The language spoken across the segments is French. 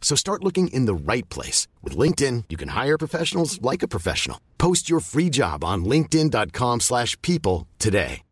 So start looking in the right place. With LinkedIn, you can hire professionals like a professional. Post your free job on linkedin.com/people slash people today.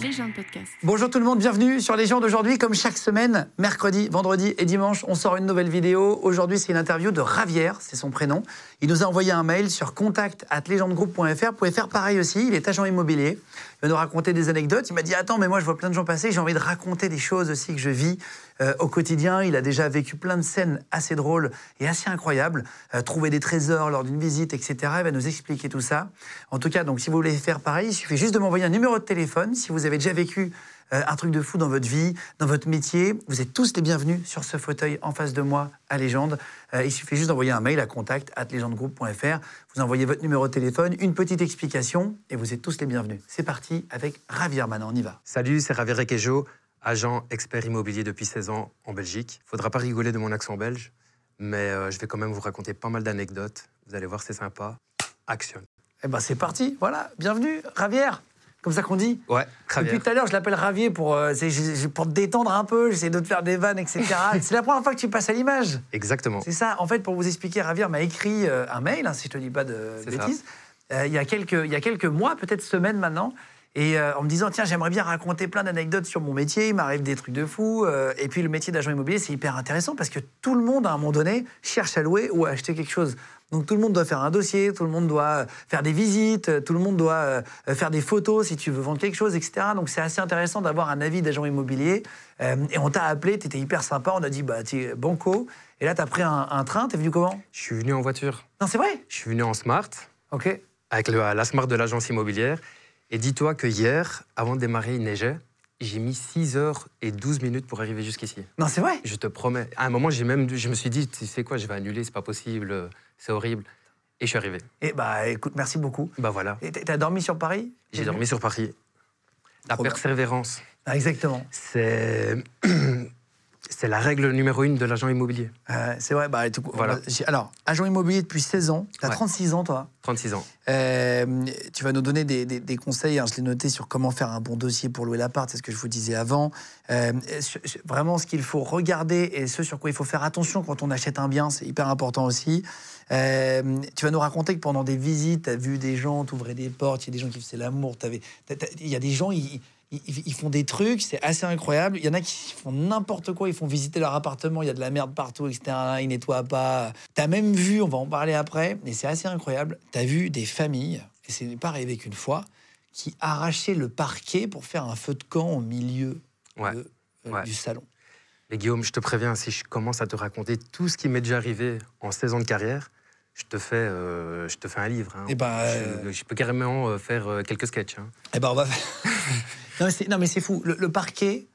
Les gens de podcast. Bonjour tout le monde, bienvenue sur Légende aujourd'hui. Comme chaque semaine, mercredi, vendredi et dimanche, on sort une nouvelle vidéo. Aujourd'hui, c'est une interview de Ravière, c'est son prénom. Il nous a envoyé un mail sur contact@legendegroupe.fr. Vous pouvez faire pareil aussi, il est agent immobilier. Il va nous raconter des anecdotes. Il m'a dit "Attends, mais moi je vois plein de gens passer, j'ai envie de raconter des choses aussi que je vis euh, au quotidien." Il a déjà vécu plein de scènes assez drôles et assez incroyables, Euh, trouver des trésors lors d'une visite, etc. Il va nous expliquer tout ça. En tout cas, donc si vous voulez faire pareil, il suffit juste de m'envoyer un numéro de téléphone si vous avez déjà vécu euh, un truc de fou dans votre vie, dans votre métier. Vous êtes tous les bienvenus sur ce fauteuil en face de moi à Légende. Euh, il suffit juste d'envoyer un mail à contact at legendegroup.fr. Vous envoyez votre numéro de téléphone, une petite explication et vous êtes tous les bienvenus. C'est parti avec Ravier maintenant, on y va. Salut, c'est Javier Requejo, agent expert immobilier depuis 16 ans en Belgique. Faudra pas rigoler de mon accent belge, mais euh, je vais quand même vous raconter pas mal d'anecdotes. Vous allez voir, c'est sympa. Action. Eh ben c'est parti, voilà, bienvenue Ravier comme ça qu'on dit. Ouais, Javier. Depuis tout à l'heure, je l'appelle Ravier pour, euh, c'est- j'ai- j'ai- pour te détendre un peu, j'essaie de te faire des vannes, etc. c'est la première fois que tu passes à l'image. Exactement. C'est ça. En fait, pour vous expliquer, Ravir m'a écrit euh, un mail, hein, si je te dis pas de C'est ça. bêtises, euh, il, y a quelques, il y a quelques mois, peut-être semaines maintenant, et euh, en me disant tiens, j'aimerais bien raconter plein d'anecdotes sur mon métier. Il m'arrive des trucs de fou. euh, et puis le métier d'agent immobilier, c'est hyper intéressant parce que tout le monde, à un moment donné, cherche à louer ou à acheter quelque chose. Donc tout le monde doit faire un dossier, tout le monde doit euh, faire des visites, euh, tout le monde doit euh, euh, faire des photos si tu veux vendre quelque chose, etc. Donc c'est assez intéressant d'avoir un avis d'agent immobilier. Euh, et on t'a appelé, t'étais hyper sympa, on a dit bah t'es banco. Et là t'as pris un, un train, t'es venu comment Je suis venu en voiture. Non c'est vrai Je suis venu en smart Ok. avec le- la smart de l'agence immobilière. Et dis-toi que hier, avant de démarrer, il neigeait. J'ai mis 6 heures et 12 minutes pour arriver jusqu'ici. Non c'est vrai Je te promets. À un moment, j'ai même, dû- je me suis dit, tu sais quoi, je vais annuler, c'est pas possible, euh, c'est horrible. Et je suis arrivé. Eh bah écoute, merci beaucoup. Bah voilà. Et t'- t'as dormi sur Paris J'ai dormi sur Paris. La Trop bien. persévérance, Ah, exactement. c'est c'est la règle numéro une de l'agent immobilier. Euh, c'est vrai. Bah, tout- Voilà. j'ai- Alors, agent immobilier depuis 16 ans. T'as Ouais. 36 ans, toi. 36 ans. Euh, tu vas nous donner des, des- des conseils. hein, je l'ai noté sur comment faire un bon dossier pour louer l'appart. C'est ce que je vous disais avant. Euh, sur- sur- vraiment, ce qu'il faut regarder et ce sur quoi il faut faire attention quand on achète un bien, c'est hyper important aussi. Euh, tu vas nous raconter que pendant des visites, tu as vu des gens, t'ouvrais des portes, il y a des gens qui faisaient l'amour. t'avais- t'as- t'as- Il y a des gens, ils, ils- ils font des trucs, c'est assez incroyable. Il y en a qui font n'importe quoi, ils font visiter leur appartement, il y a de la merde partout, etc. Ils nettoient pas. T'as même vu, on va en parler après, mais c'est assez incroyable. T'as vu des familles, et ce n'est pas arrivé qu'une fois, qui arrachaient le parquet pour faire un feu de camp au milieu Ouais. de- euh, Ouais. du salon. Mais Guillaume, je te préviens, si je commence à te raconter tout ce qui m'est déjà arrivé en 16 ans de carrière, je te fais, euh, je te fais un livre. hein. Eh ben, je, je peux carrément euh, faire euh, quelques sketchs. hein. Eh ben, on va. non, mais c'est- non, mais c'est fou. Le, le parquet.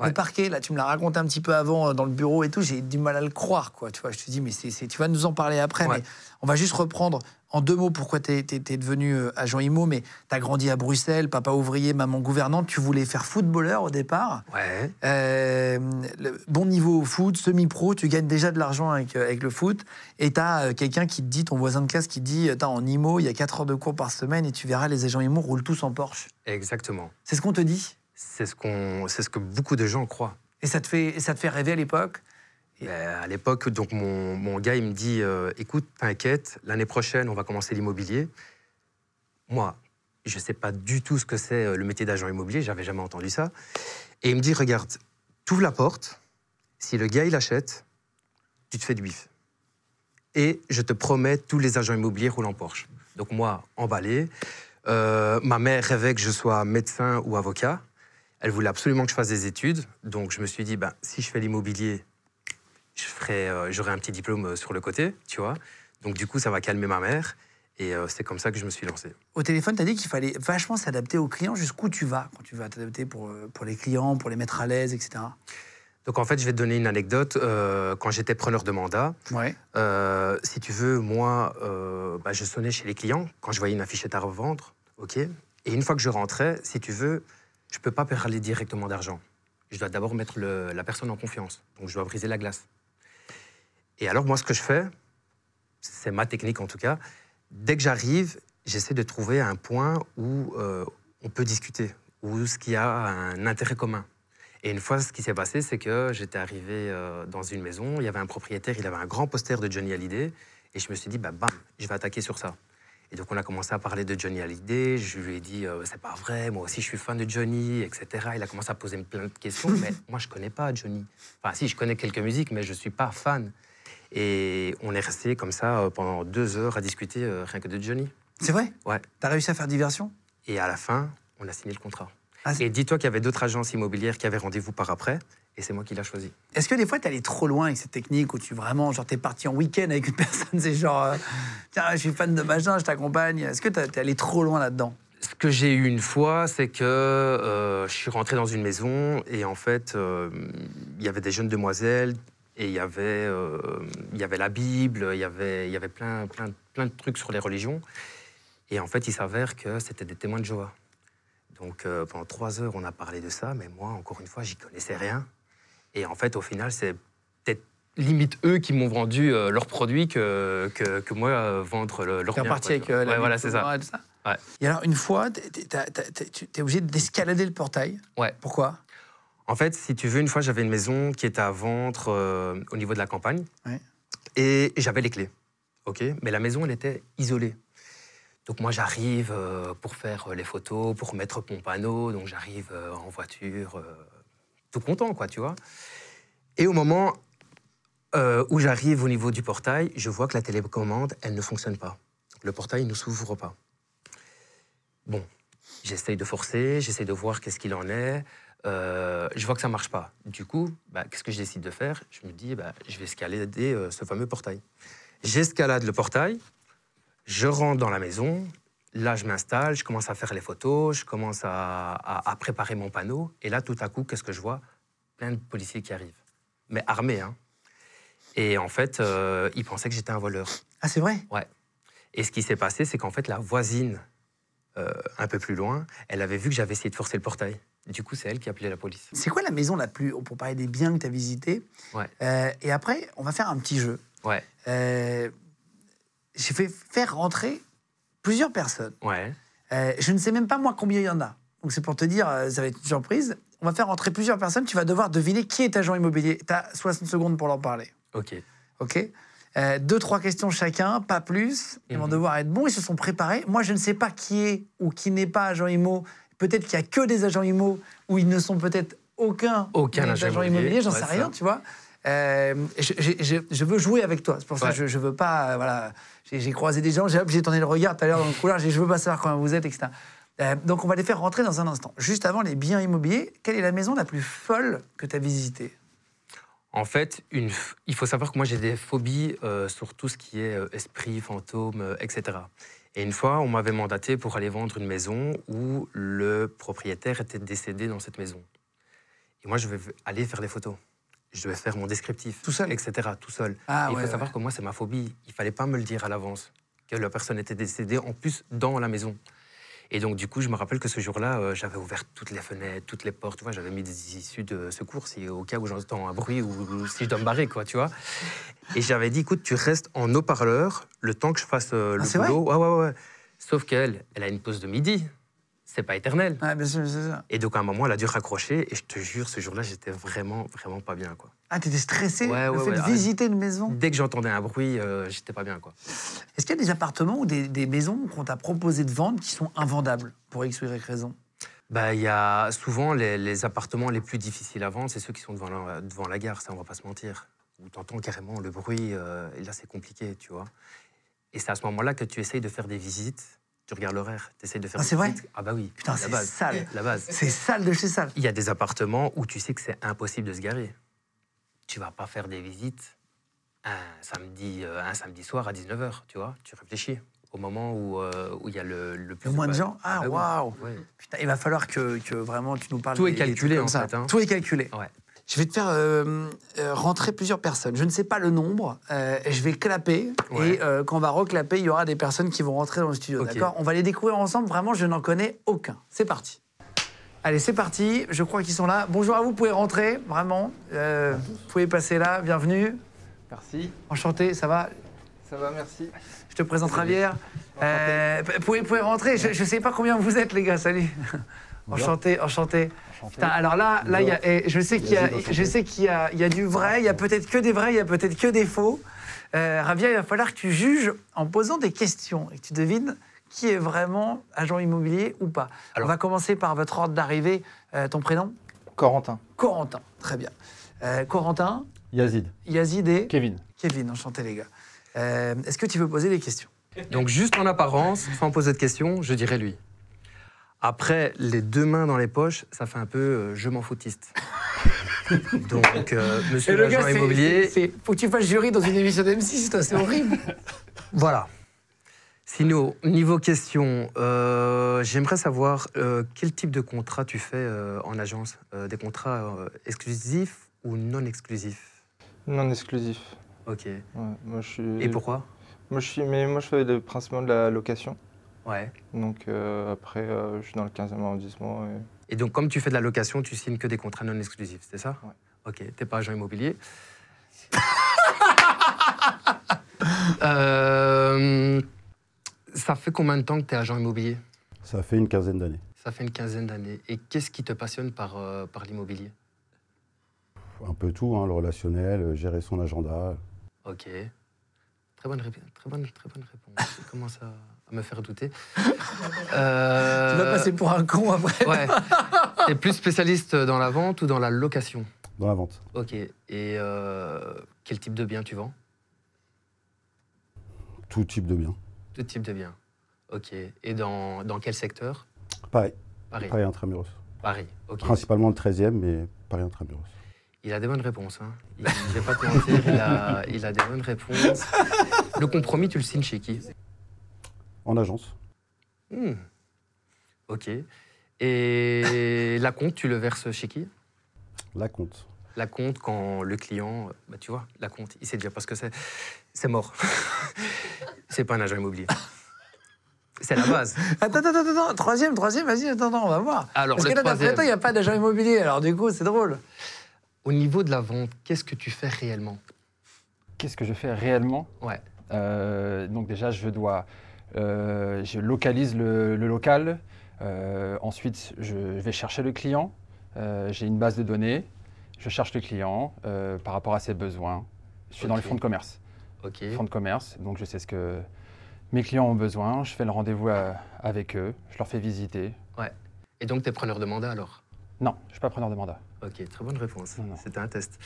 Ouais. Le parquet, là, tu me l'as raconté un petit peu avant euh, dans le bureau et tout, j'ai du mal à le croire, quoi. Tu vois, je te dis, mais c'est, c'est- tu vas nous en parler après, Ouais. mais on va juste reprendre en deux mots pourquoi tu es devenu euh, agent IMO, mais tu as grandi à Bruxelles, papa ouvrier, maman gouvernante, tu voulais faire footballeur au départ. Ouais. Euh, le- bon niveau au foot, semi-pro, tu gagnes déjà de l'argent avec, euh, avec le foot. Et tu as quelqu'un qui te dit, ton voisin de classe qui te dit, euh, Attends, en IMO, il y a 4 heures de cours par semaine et tu verras, les agents IMO roulent tous en Porsche. Exactement. C'est ce qu'on te dit. C'est ce qu'on, c'est ce que beaucoup de gens croient. Et ça te fait, et ça te fait rêver à l'époque. Et- Ben, à l'époque, donc mon, mon gars, il me dit euh, écoute, t'inquiète, l'année prochaine, on va commencer l'immobilier. Moi, je ne sais pas du tout ce que c'est euh, le métier d'agent immobilier, j'avais jamais entendu ça. Et il me dit regarde, t'ouvres la porte, si le gars il achète, tu te fais du bif. Et je te promets, tous les agents immobiliers roulent en Porsche. Donc moi, emballé. Euh, ma mère rêvait que je sois médecin ou avocat. Elle voulait absolument que je fasse des études. Donc je me suis dit, ben, si je fais l'immobilier, je ferai, euh, j'aurai un petit diplôme euh, sur le côté, tu vois. Donc du coup, ça va calmer ma mère. Et euh, c'est comme ça que je me suis lancé. Au téléphone, tu as dit qu'il fallait vachement s'adapter aux clients jusqu'où tu vas quand tu vas t'adapter pour, euh, pour les clients, pour les mettre à l'aise, etc. Donc en fait, je vais te donner une anecdote. Euh, quand j'étais preneur de mandat, Ouais. euh, si tu veux, moi, euh, bah, je sonnais chez les clients quand je voyais une affichette à revendre. ok. Et une fois que je rentrais, si tu veux, je ne peux pas parler directement d'argent. Je dois d'abord mettre le- la personne en confiance. Donc je dois briser la glace. Et alors moi, ce que je fais, c'est ma technique en tout cas, dès que j'arrive, j'essaie de trouver un point où euh, on peut discuter, où ce qui a un intérêt commun. Et une fois, ce qui s'est passé, c'est que j'étais arrivé euh, dans une maison, il y avait un propriétaire, il avait un grand poster de Johnny Hallyday, et je me suis dit, bah, bam, je vais attaquer sur ça. Et donc on a commencé à parler de Johnny Hallyday, je lui ai dit, euh, c'est pas vrai, moi aussi je suis fan de Johnny, etc. Il a commencé à poser plein de questions, mais moi je connais pas Johnny. Enfin si, je connais quelques musiques, mais je suis pas fan. Et on est resté comme ça euh, pendant deux heures à discuter euh, rien que de Johnny. C'est vrai Ouais. Tu as réussi à faire diversion Et à la fin, on a signé le contrat. Ah, c'est- et dis-toi qu'il y avait d'autres agences immobilières qui avaient rendez-vous par après, et c'est moi qui l'ai choisi. Est-ce que des fois, tu allé trop loin avec cette technique où tu vraiment, genre, t'es parti en week-end avec une personne, c'est genre, euh, tiens, je suis fan de machin, je t'accompagne. Est-ce que t'as- t'es allé trop loin là-dedans Ce que j'ai eu une fois, c'est que euh, je suis rentré dans une maison et en fait, euh, il y avait des jeunes demoiselles et il y avait, euh, il y avait la Bible, il y avait, il y avait plein, plein, plein de trucs sur les religions. Et en fait, il s'avère que c'était des témoins de Jéhovah. Donc euh, pendant trois heures, on a parlé de ça, mais moi, encore une fois, j'y connaissais rien. Et en fait, au final, c'est peut-être limite eux qui m'ont vendu euh, leurs produits que, que, que moi euh, vendre le, leur T'es bien, reparti quoi, avec tu vois. euh, la Ouais, voilà, Bible c'est ça. Torah et tout ça Ouais. Et alors, une fois, t'es- t'es- t'as- t'as- t'es- tu es obligé d'escalader le portail. Ouais. Pourquoi En fait, si tu veux, une fois, j'avais une maison qui était à vendre euh, au niveau de la campagne. Ouais. Et j'avais les clés. OK Mais la maison, elle était isolée. Donc moi, j'arrive euh, pour faire euh, les photos, pour mettre mon panneau. Donc j'arrive euh, en voiture, euh, tout content, quoi, tu vois. Et au moment euh, où j'arrive au niveau du portail, je vois que la télécommande, elle ne fonctionne pas. Le portail ne s'ouvre pas. Bon, j'essaye de forcer, j'essaye de voir qu'est-ce qu'il en est. Euh, je vois que ça marche pas. Du coup, bah, qu'est-ce que je décide de faire Je me dis, bah, je vais escalader euh, ce fameux portail. J'escalade le portail, je rentre dans la maison, là je m'installe, je commence à faire les photos, je commence à, à- à préparer mon panneau, et là tout à coup, qu'est-ce que je vois Plein de policiers qui arrivent, mais armés. Hein. Et en fait, euh, ils pensaient que j'étais un voleur. Ah, c'est vrai Et ce qui s'est passé, c'est qu'en fait, la voisine, euh, un peu plus loin, elle avait vu que j'avais essayé de forcer le portail. Du coup, c'est elle qui a appelé la police. C'est quoi la maison la plus. Pour parler des biens que tu as visités. Ouais. Euh, et après, on va faire un petit jeu. Ouais. Euh, J'ai fait faire rentrer plusieurs personnes. Ouais. Euh, je ne sais même pas moi combien il y en a. Donc c'est pour te dire, euh, ça va être une surprise. On va faire rentrer plusieurs personnes. Tu vas devoir deviner qui est agent immobilier. Tu as 60 secondes pour leur parler. Ok. OK Euh, Deux, trois questions chacun, pas plus. Ils vont Mhm. devoir être bons. Ils se sont préparés. Moi, je ne sais pas qui est ou qui n'est pas agent immo. Peut-être qu'il y a que des agents immo ou ils ne sont peut-être aucun, Aucun des agent agents immobilier. immobilier. J'en Ouais, sais ça. rien, tu vois. Euh, je, je- je- je veux jouer avec toi. C'est pour ça que Ouais. je, je veux pas. euh, voilà, j'ai j'ai croisé des gens, j'ai hop, j'ai tourné le regard tout à l'heure dans le couloir, j'ai dit, je veux pas savoir comment vous êtes, etc. Euh, donc on va les faire rentrer dans un instant. Juste avant les biens immobiliers, quelle est la maison la plus folle que tu as visitée En fait, une f- il faut savoir que moi j'ai des phobies euh, sur tout ce qui est euh, esprit, fantôme, euh, etc. Et une fois, on m'avait mandaté pour aller vendre une maison où le propriétaire était décédé dans cette maison. Et moi, je vais aller faire les photos. Je devais faire mon descriptif, Tout seul etc. Tout seul. Ah, Et il ouais, faut ouais. savoir que moi, c'est ma phobie. Il fallait pas me le dire à l'avance que la personne était décédée, en plus dans la maison. Et donc, du coup, je me rappelle que ce jour-là, euh, j'avais ouvert toutes les fenêtres, toutes les portes, tu vois, j'avais mis des issues de secours si, au cas où j'entends un bruit ou, ou si je dois me barrer, quoi, tu vois. Et j'avais dit, écoute, tu restes en haut-parleur le temps que je fasse euh, le Ah, c'est boulot. Ouais, ouais, ouais. Sauf qu'elle, elle a une pause de midi. C'est pas éternel. Ah, bien sûr, bien sûr, bien sûr. Et donc, à un moment, elle a dû raccrocher. Et je te jure, ce jour-là, j'étais vraiment, vraiment pas bien, quoi. Ah, t'étais stressé Ouais, le ouais, fait ouais, de ah, visiter une maison. Dès que j'entendais un bruit, euh, j'étais pas bien, quoi. Est-ce qu'il y a des appartements ou des, des maisons qu'on t'a proposé de vendre qui sont invendables pour X ou Y raison Bah, il y a souvent les, les appartements les plus difficiles à vendre, c'est ceux qui sont devant la, devant la gare, ça, on va pas se mentir. Où tu entends carrément le bruit, euh, et là, c'est compliqué, tu vois. Et c'est à ce moment-là que tu essayes de faire des visites, tu regardes l'horaire, tu essayes de faire Ah, des c'est vrai visites. Ah, bah oui, Putain, la c'est base. sale. La base. C'est sale de chez sale. Il y a des appartements où tu sais que c'est impossible de se garer. Tu vas pas faire des visites un samedi, euh, un samedi soir à 19h, tu vois, tu réfléchis. au moment où euh, où il y a le, le plus. Le moins de bah, gens Ah, bah oui, waouh ouais. Putain, il va falloir que, que vraiment tu nous parles. Tout est des- des trucs calculé, comme en ça. fait, hein. Tout est calculé. Ouais. Je vais te faire euh, euh, rentrer plusieurs personnes. Je ne sais pas le nombre. euh, je vais clapper. Ouais. Et euh, quand on va reclapper, il y aura des personnes qui vont rentrer dans le studio. Ok. D'accord On va les découvrir ensemble. Vraiment, je n'en connais aucun. C'est parti. Allez, c'est parti. Je crois qu'ils sont là. Bonjour à vous. Vous pouvez rentrer. Vraiment. Euh, vous pouvez passer là. Bienvenue. Merci, Enchanté. Ça va ça va, merci. Je te présente Javier. Euh, p- pouvez, pouvez rentrer. Je ne sais pas combien vous êtes, les gars. Salut. Enchanté, enchanté. Putain, alors là, là, il y a- eh, je sais qu'il y a, je sais qu'il y a, il y a du vrai, il y a peut-être que des vrais, il y a peut-être que des faux. Euh, Javier, il va falloir que tu juges en posant des questions et que tu devines qui est vraiment agent immobilier ou pas. Alors- On va commencer par votre ordre d'arrivée. Euh, ton prénom Corentin. Corentin. Très bien. Euh, Corentin, Yazid, Yazid et Kevin. Kevin. Enchanté, les gars. Euh, Est-ce que tu veux poser des questions Donc juste en apparence, sans poser de questions, je dirais lui. Après, les deux mains dans les poches, ça fait un peu euh, je m'en foutiste. Donc, euh, monsieur l'agent c'est- immobilier, c'est- c'est- Faut que tu fasses jury dans une émission d'M6, toi, c'est horrible. voilà. Sinon, niveau questions, euh, j'aimerais savoir euh, quel type de contrat tu fais euh, en agence Euh, Des contrats euh, exclusifs ou non exclusifs Non exclusif. Ok. Ouais, moi, je suis... Et pourquoi moi, je suis... Mais moi, je fais de- principalement de la location. Ouais. Donc euh, après, euh, je suis dans le 15e arrondissement. et- Et donc, comme tu fais de la location, tu signes que des contrats non exclusifs, c'est ça Ouais. Ok, t'es pas agent immobilier. Euh, ça fait combien de temps que t'es agent immobilier Ça fait une quinzaine d'années. Ça fait une quinzaine d'années. Et qu'est-ce qui te passionne par, euh, par l'immobilier Un peu tout, hein, le relationnel, euh, gérer son agenda. Ok. Très bonne, rép- très bonne, très bonne réponse. Tu commences à, à me faire douter. Euh, Tu vas passer pour un con après. Ouais. T'es plus spécialiste dans la vente ou dans la location Dans la vente. Ok. Et euh, quel type de bien tu vends Tout type de biens. Tout type de biens. Ok. Et dans, dans quel secteur Pareil. Paris. Pareil intramuros. Paris. Ok. Principalement le 13e, mais Paris intramuros. Il a des bonnes réponses. Hein. Il, je vais pas te mentir, il a, il a des bonnes réponses. Le compromis, tu le signes chez qui En agence. Hmm. Ok. Et la compte, tu le verses chez qui La compte. La compte, quand le client, euh, bah, tu vois, la compte, il sait déjà parce que c'est, c'est mort. c'est pas un agent immobilier. C'est la base. Attends, attends, attends, attends. Troisième, troisième, vas-y, attends, attends, on va voir. Alors, Parce le que là, d'après troisième. toi, il n'y a pas d'agent immobilier, alors du coup, c'est drôle. Au niveau de la vente, qu'est-ce que tu fais réellement Qu'est-ce que je fais réellement Ouais. Euh, Donc déjà, je dois, euh, je localise le, le local. Euh, ensuite, je vais chercher le client. Euh, J'ai une base de données. Je cherche le client euh, par rapport à ses besoins. Je suis dans les Ok. fonds de commerce. Ok. Fonds de commerce, donc je sais ce que mes clients ont besoin. Je fais le rendez-vous à- avec eux. Je leur fais visiter. Et donc, t'es preneur de mandat alors Non, je ne suis pas preneur de mandat. Ok, très bonne réponse. Non, non. C'était un test.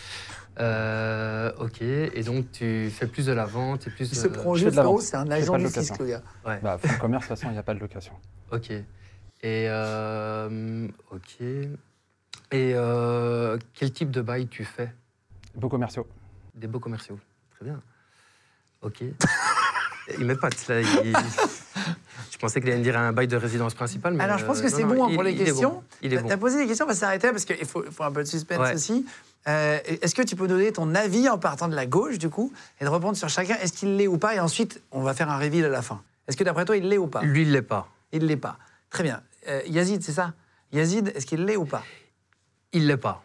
Euh, ok, et donc tu fais plus de la vente et plus Il de... se prend au je jeu, fais de la frérot, vente. c'est un Je fais agent pas de du location. fisc, le gars. Bah, fonds de commerce, de toute façon, il n'y a pas de location. Ok. Et, euh, ok. et euh, quel type de bail tu fais Beaux commerciaux. Des beaux commerciaux. Très bien. Ok. il m'épate, là. il- Je pensais qu'il allait me dire un bail de résidence principale, mais... Alors, je pense que euh, c'est non, bon, non, hein, il- pour les il est bon. questions. Il est T'as bon. t'as posé des questions, on va s'arrêter là, parce qu'il faut, faut un peu de suspense Ouais. aussi. Euh, Est-ce que tu peux donner ton avis en partant de la gauche, du coup, et de répondre sur chacun Est-ce qu'il l'est ou pas Et ensuite, on va faire un reveal à la fin. Est-ce que d'après toi, il l'est ou pas Lui, il l'est pas. Il ne l'est pas. Très bien. Euh, Yazid, c'est ça Yazid, est-ce qu'il l'est ou pas Il l'est pas.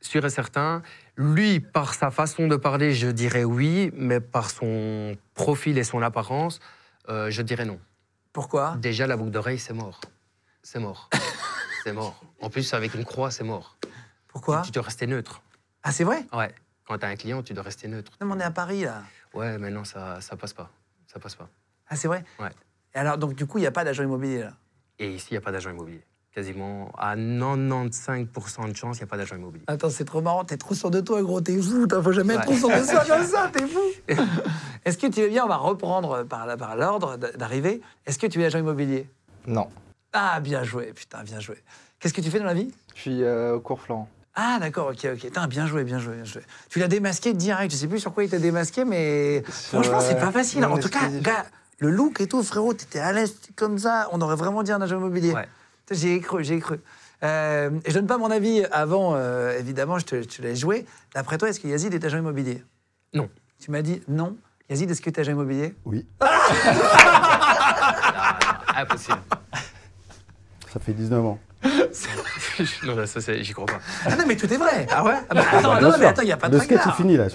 Sûr et certain. Lui, par sa façon de parler, je dirais oui, mais par son profil et son apparence, euh, je dirais non. Pourquoi Déjà, la boucle d'oreille, c'est mort. C'est mort. c'est mort. En plus, avec une croix, c'est mort. Pourquoi tu dois rester neutre. Ah, c'est vrai Ouais. Quand t'as un client, tu dois rester neutre. Non, mais on est à Paris, là. Ouais, mais non, ça, ça passe pas. Ça passe pas. Ah, c'est vrai Ouais. Et alors, donc, du coup, il n'y a pas d'agent immobilier, là. Et ici, il n'y a pas d'agent immobilier. Quasiment à 95% de chance, il n'y a pas d'agent immobilier. Attends, c'est trop marrant, t'es trop sûr de toi, gros, t'es fou, t'as- faut jamais être trop Ouais. sûr de soi comme ça, t'es fou Est-ce que tu veux bien, on va reprendre par, la- par l'ordre d- d'arrivée, est-ce que tu es agent immobilier Non, Ah, bien joué, putain, bien joué. Qu'est-ce que tu fais dans la vie je suis euh, au cours Florent. Ah, d'accord, ok, ok. Putain, bien joué, bien joué, bien joué. Tu l'as démasqué direct, je sais plus sur quoi il t'a démasqué, mais Sur, franchement, c'est euh, pas facile. En mon tout cas, exclusif. gars, le look et tout, frérot, t'étais à l'aise comme ça. On aurait vraiment dit un agent immobilier. Ouais. Putain, J'y ai cru, j'y ai cru. Euh, et je donne pas mon avis avant, euh, évidemment, je te, je te laisse jouer. D'après toi, est-ce que Yazid est agent immobilier Non. Tu m'as dit non. Yazid, est-ce que t'es agent immobilier Oui, Impossible. ça fait 19 ans. non, non, ça, c'est- j'y crois pas. Ah non, mais tout est vrai Ah ouais Ah, Attends, bien non, mais sûr. attends, il n'y a pas de Le sketch est traquenard. fini là.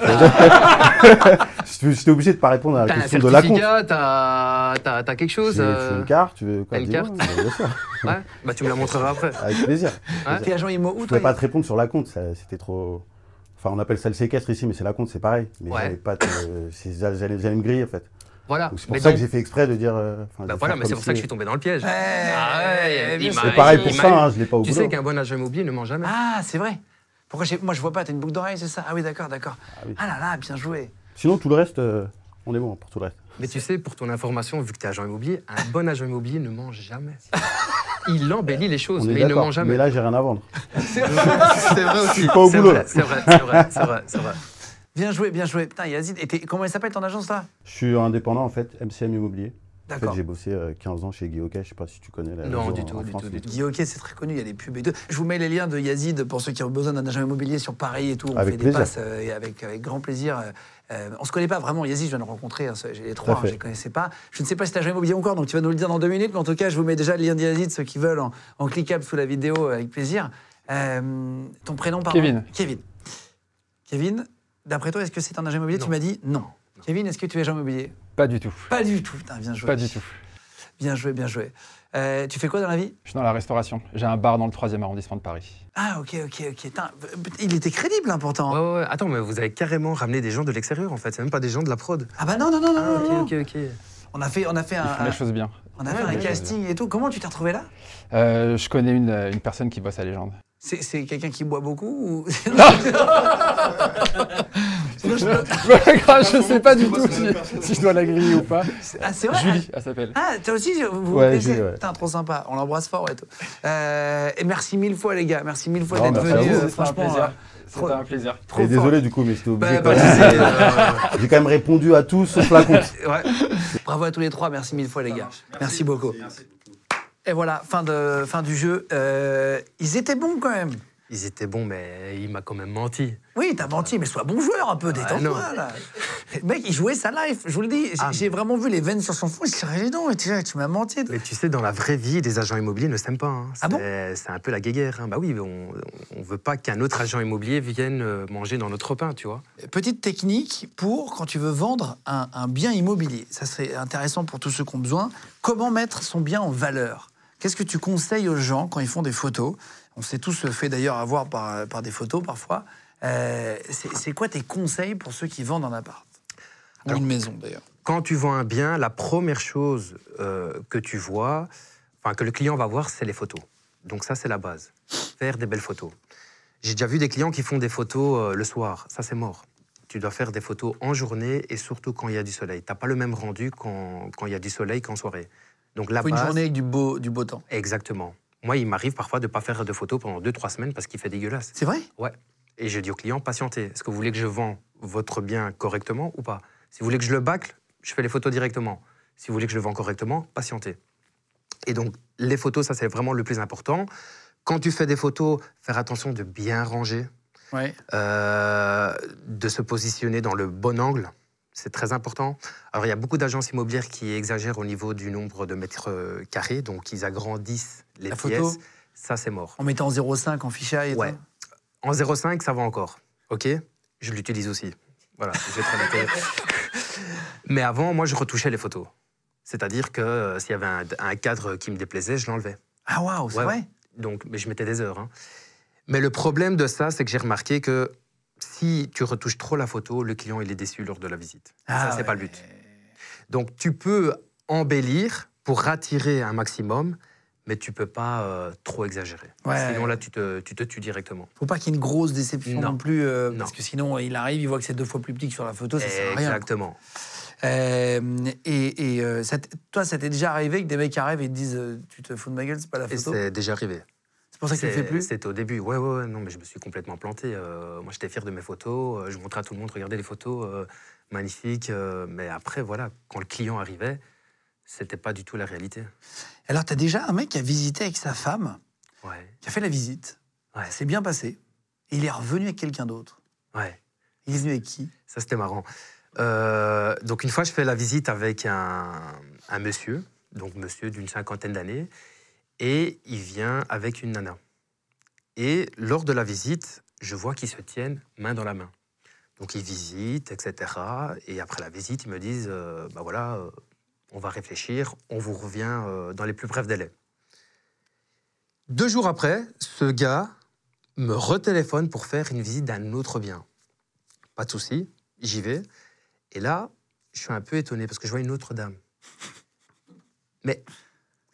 Je J'étais obligé de pas répondre à la T'as un question de la compte. Bah, certificat, t'as t'as- t'as quelque Tu chose. veux euh, une carte, tu veux quoi t'as une dis-moi, carte bah, bien sûr, ouais bah, tu me la montreras après. avec plaisir. Ouais. T'es agent immo où, Je toi pouvais pas te répondre sur la compte, ça- c'était trop. Enfin, on appelle ça le séquestre ici, mais c'est la compte, c'est pareil. Mais Ouais. j'allais pas, te- euh, c'est- j'allais j'allais me griller en fait. Voilà. Donc, c'est pour Ah, Mais ça que donc- j'ai fait exprès de dire. euh, enfin, de bah faire voilà, mais comme c'est pour ça que je si- suis tombé dans le piège. Ah Eh, ouais, bien il sûr. m'a- C'est pareil il pour m'a ça, eu. hein, je l'ai pas au Tu boulot. sais qu'un bon agent immobilier ne ment jamais. Ah, c'est vrai. Pourquoi j'ai- Moi, je vois pas, t'as une boucle d'oreille, c'est ça Ah oui, d'accord, d'accord. Ah, oui. là là, bien joué. Sinon, tout le reste, euh, on est bon pour tout le reste. Mais tu sais, pour ton information, vu que tu es agent immobilier, un bon agent immobilier ne ment jamais. Il embellit les choses, On est mais il ne ment d'accord. jamais. Mais là, j'ai rien à vendre. c'est vrai aussi. pas au C'est boulot, vrai, là. C'est vrai, c'est vrai, c'est vrai, c'est vrai. Bien joué, bien joué. Putain, Yazid, et t'es- comment il s'appelle ton agence là Je suis indépendant en fait, MCM Immobilier. En fait, D'accord. j'ai bossé euh, 15 ans chez Guy Hockey, je sais pas si tu connais la Non, réseau du en- tout, en du France, tout, mais- du tout. Guy Hockey, c'est très connu, il y a des pubs et tout. Je vous mets les liens de Yazid pour ceux qui ont besoin d'un agent immobilier sur Paris et tout. On Avec fait plaisir. des passes euh, et avec, avec grand plaisir. euh, euh, on se connaît pas vraiment, Yazid, je viens de le rencontrer, hein, j'ai les trois, hein, fait. je les connaissais pas. Je ne sais pas si t'es agent immobilier encore, donc tu vas nous le dire dans deux minutes, mais en tout cas, je vous mets déjà le lien de Yazid, ceux qui veulent, en, en cliquable sous la vidéo, euh, avec plaisir. Euh, ton prénom, pardon Kevin. Kevin. Kevin, d'après toi, est-ce que c'est un agent immobilier Non. Tu m'as dit non. Kevin, est-ce que tu es agent immobilier Pas du tout. Pas du tout, putain, bien joué. Pas du tout. Bien joué, bien joué. Euh, tu fais quoi dans la vie Je suis dans la restauration. J'ai un bar dans le 3e arrondissement de Paris. Ah, ok, ok, ok. Putain, il était crédible, hein, pourtant. Ouais, ouais, ouais. Attends, mais vous avez carrément ramené des gens de l'extérieur, en fait. C'est même pas des gens de la prod. Ah, bah non, non, non, non, non, non. ok, ok. On a fait, on a fait Ils un, font un- les choses bien. on a fait un casting et tout. Comment tu t'es retrouvé là Euh, je connais une, euh, une personne qui bosse à Légende. C'est c'est quelqu'un qui boit beaucoup ou... Sinon, je peux- je sais pas du tout si, si je dois la griller ou pas. Ah, c'est vrai Julie, elle s'appelle. Ah, toi aussi, vous vous Ouais, connaissez Julie, ouais. Putain, trop sympa. On l'embrasse fort et tout. Euh, et merci mille fois, les gars. Merci mille fois Non, d'être merci à venus. vous. euh, C'était un Franchement, plaisir. euh, trop- C'était un plaisir. trop Et fort. désolé du coup, mais j'étais obligé. Bah, bah, quand même. c'est, euh, J'ai quand même répondu à tous sauf la compte. Ouais. Bravo à tous les trois, merci mille fois les gars. Merci, beaucoup. Et voilà, fin, de, fin du jeu. Euh, ils étaient bons quand même. Ils étaient bons, mais il m'a quand même menti. Oui, t'as menti, mais sois bon joueur un peu, détends-toi non. là. Le mec, il jouait sa life, je vous le dis. J'ai- Ah, mais- J'ai vraiment vu les veines sur son front, il se serrait les dents. Et tu, tu m'as menti. Mais tu sais, dans la vraie vie, les agents immobiliers ne s'aiment pas. hein. Ah bon C'est- C'est un peu la guéguerre. hein. Bah oui, on ne veut pas qu'un autre agent immobilier vienne euh, manger dans notre pain, tu vois. Petite technique pour quand tu veux vendre un, un bien immobilier. Ça serait intéressant pour tous ceux qui ont besoin. Comment mettre son bien en valeur Qu'est-ce que tu conseilles aux gens quand ils font des photos On s'est tous fait d'ailleurs avoir par, par des photos parfois. Euh, c'est c'est quoi tes conseils pour ceux qui vendent un appart Ou Alors- une maison d'ailleurs. quand tu vends un bien, la première chose euh, que tu vois, enfin que le client va voir, c'est les photos. Donc ça, c'est la base. Faire des belles photos. J'ai déjà vu des clients qui font des photos euh, le soir. Ça, c'est mort. Tu dois faire des photos en journée et surtout quand il y a du soleil. T'as pas le même rendu quand quand il y a du soleil qu'en soirée. Donc la Faut une base- journée avec du beau, du beau temps. Exactement. Moi, il m'arrive parfois de pas faire de photos pendant 2-3 semaines parce qu'il fait dégueulasse. C'est vrai Et je dis au client, patientez. Est-ce que vous voulez que je vends votre bien correctement ou pas Si vous voulez que je le bâcle, je fais les photos directement. Si vous voulez que je le vends correctement, patientez. Et donc, les photos, ça, c'est vraiment le plus important. Quand tu fais des photos, faire attention de bien ranger, Ouais. euh, de se positionner dans le bon angle. C'est très important. Alors, il y a beaucoup d'agences immobilières qui exagèrent au niveau du nombre de mètres euh, carrés, donc ils agrandissent les La pièces. photo Ça, c'est mort. En mettant en 0,5 en fichaille et Ouais. tout. En 0,5, ça va encore. OK Je l'utilise aussi. Voilà, je vais te remettre. Mais avant, moi, je retouchais les photos. C'est-à-dire que euh, s'il y avait un, un cadre qui me déplaisait, je l'enlevais. Ah waouh, c'est Ouais, vrai Donc, mais je mettais des heures. hein. Mais le problème de ça, c'est que j'ai remarqué que si tu retouches trop la photo, le client, il est déçu lors de la visite. Ah ça, c'est pas le ouais. but. Donc, tu peux embellir pour attirer un maximum, mais tu peux pas euh, trop exagérer. Ouais. Sinon, là, tu te, tu te tues directement. Faut pas qu'il y ait une grosse déception non, Non. plus, euh, Non. parce que sinon euh, il arrive, il voit que c'est deux fois plus petit que sur la photo, ça sert à rien. Exactement. Euh, et et, euh, ça t- toi, ça t'est déjà arrivé que des mecs arrivent et te disent euh, Tu te fous de ma gueule, c'est pas la Et photo c'est déjà arrivé. C'est pour ça que tu le fais C'est- plus C'était au début. Ouais, ouais, ouais, non, mais je me suis complètement planté. Euh, moi, j'étais fier de mes photos. euh, je montrais à tout le monde, regardez les photos, euh, magnifiques. euh, mais après, voilà, quand le client arrivait, C'était pas du tout la réalité. Alors, tu as déjà un mec qui a visité avec sa femme, Ouais, qui a fait la visite, ouais, c'est bien passé, et il est revenu avec quelqu'un d'autre. ouais. Il est venu avec qui Ça, c'était marrant. Euh, donc, une fois, je fais la visite avec un, un monsieur, donc monsieur d'une cinquantaine d'années, et il vient avec une nana. Et lors de la visite, je vois qu'ils se tiennent main dans la main. Donc, ils visitent, etc. Et après la visite, ils me disent euh, bah voilà, euh, on va réfléchir, on vous revient euh, dans les plus brefs délais. Deux jours après, ce gars me retéléphone pour faire une visite d'un autre bien pas de souci, j'y vais. Et là, je suis un peu étonné parce que je vois une autre dame. Mais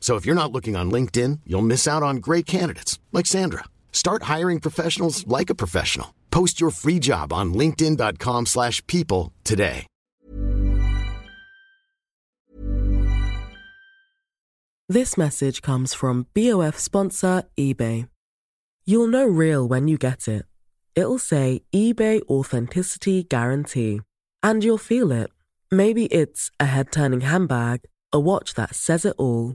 So if you're not looking on LinkedIn, you'll miss out on great candidates like Sandra. Start hiring professionals like a professional. Post your free job on linkedin.com/people slash people today. This message comes from BOF sponsor eBay. You'll know real when you get it. It'll say eBay Authenticity Guarantee. And you'll feel it. Maybe it's a head turning handbag, a watch that says it all,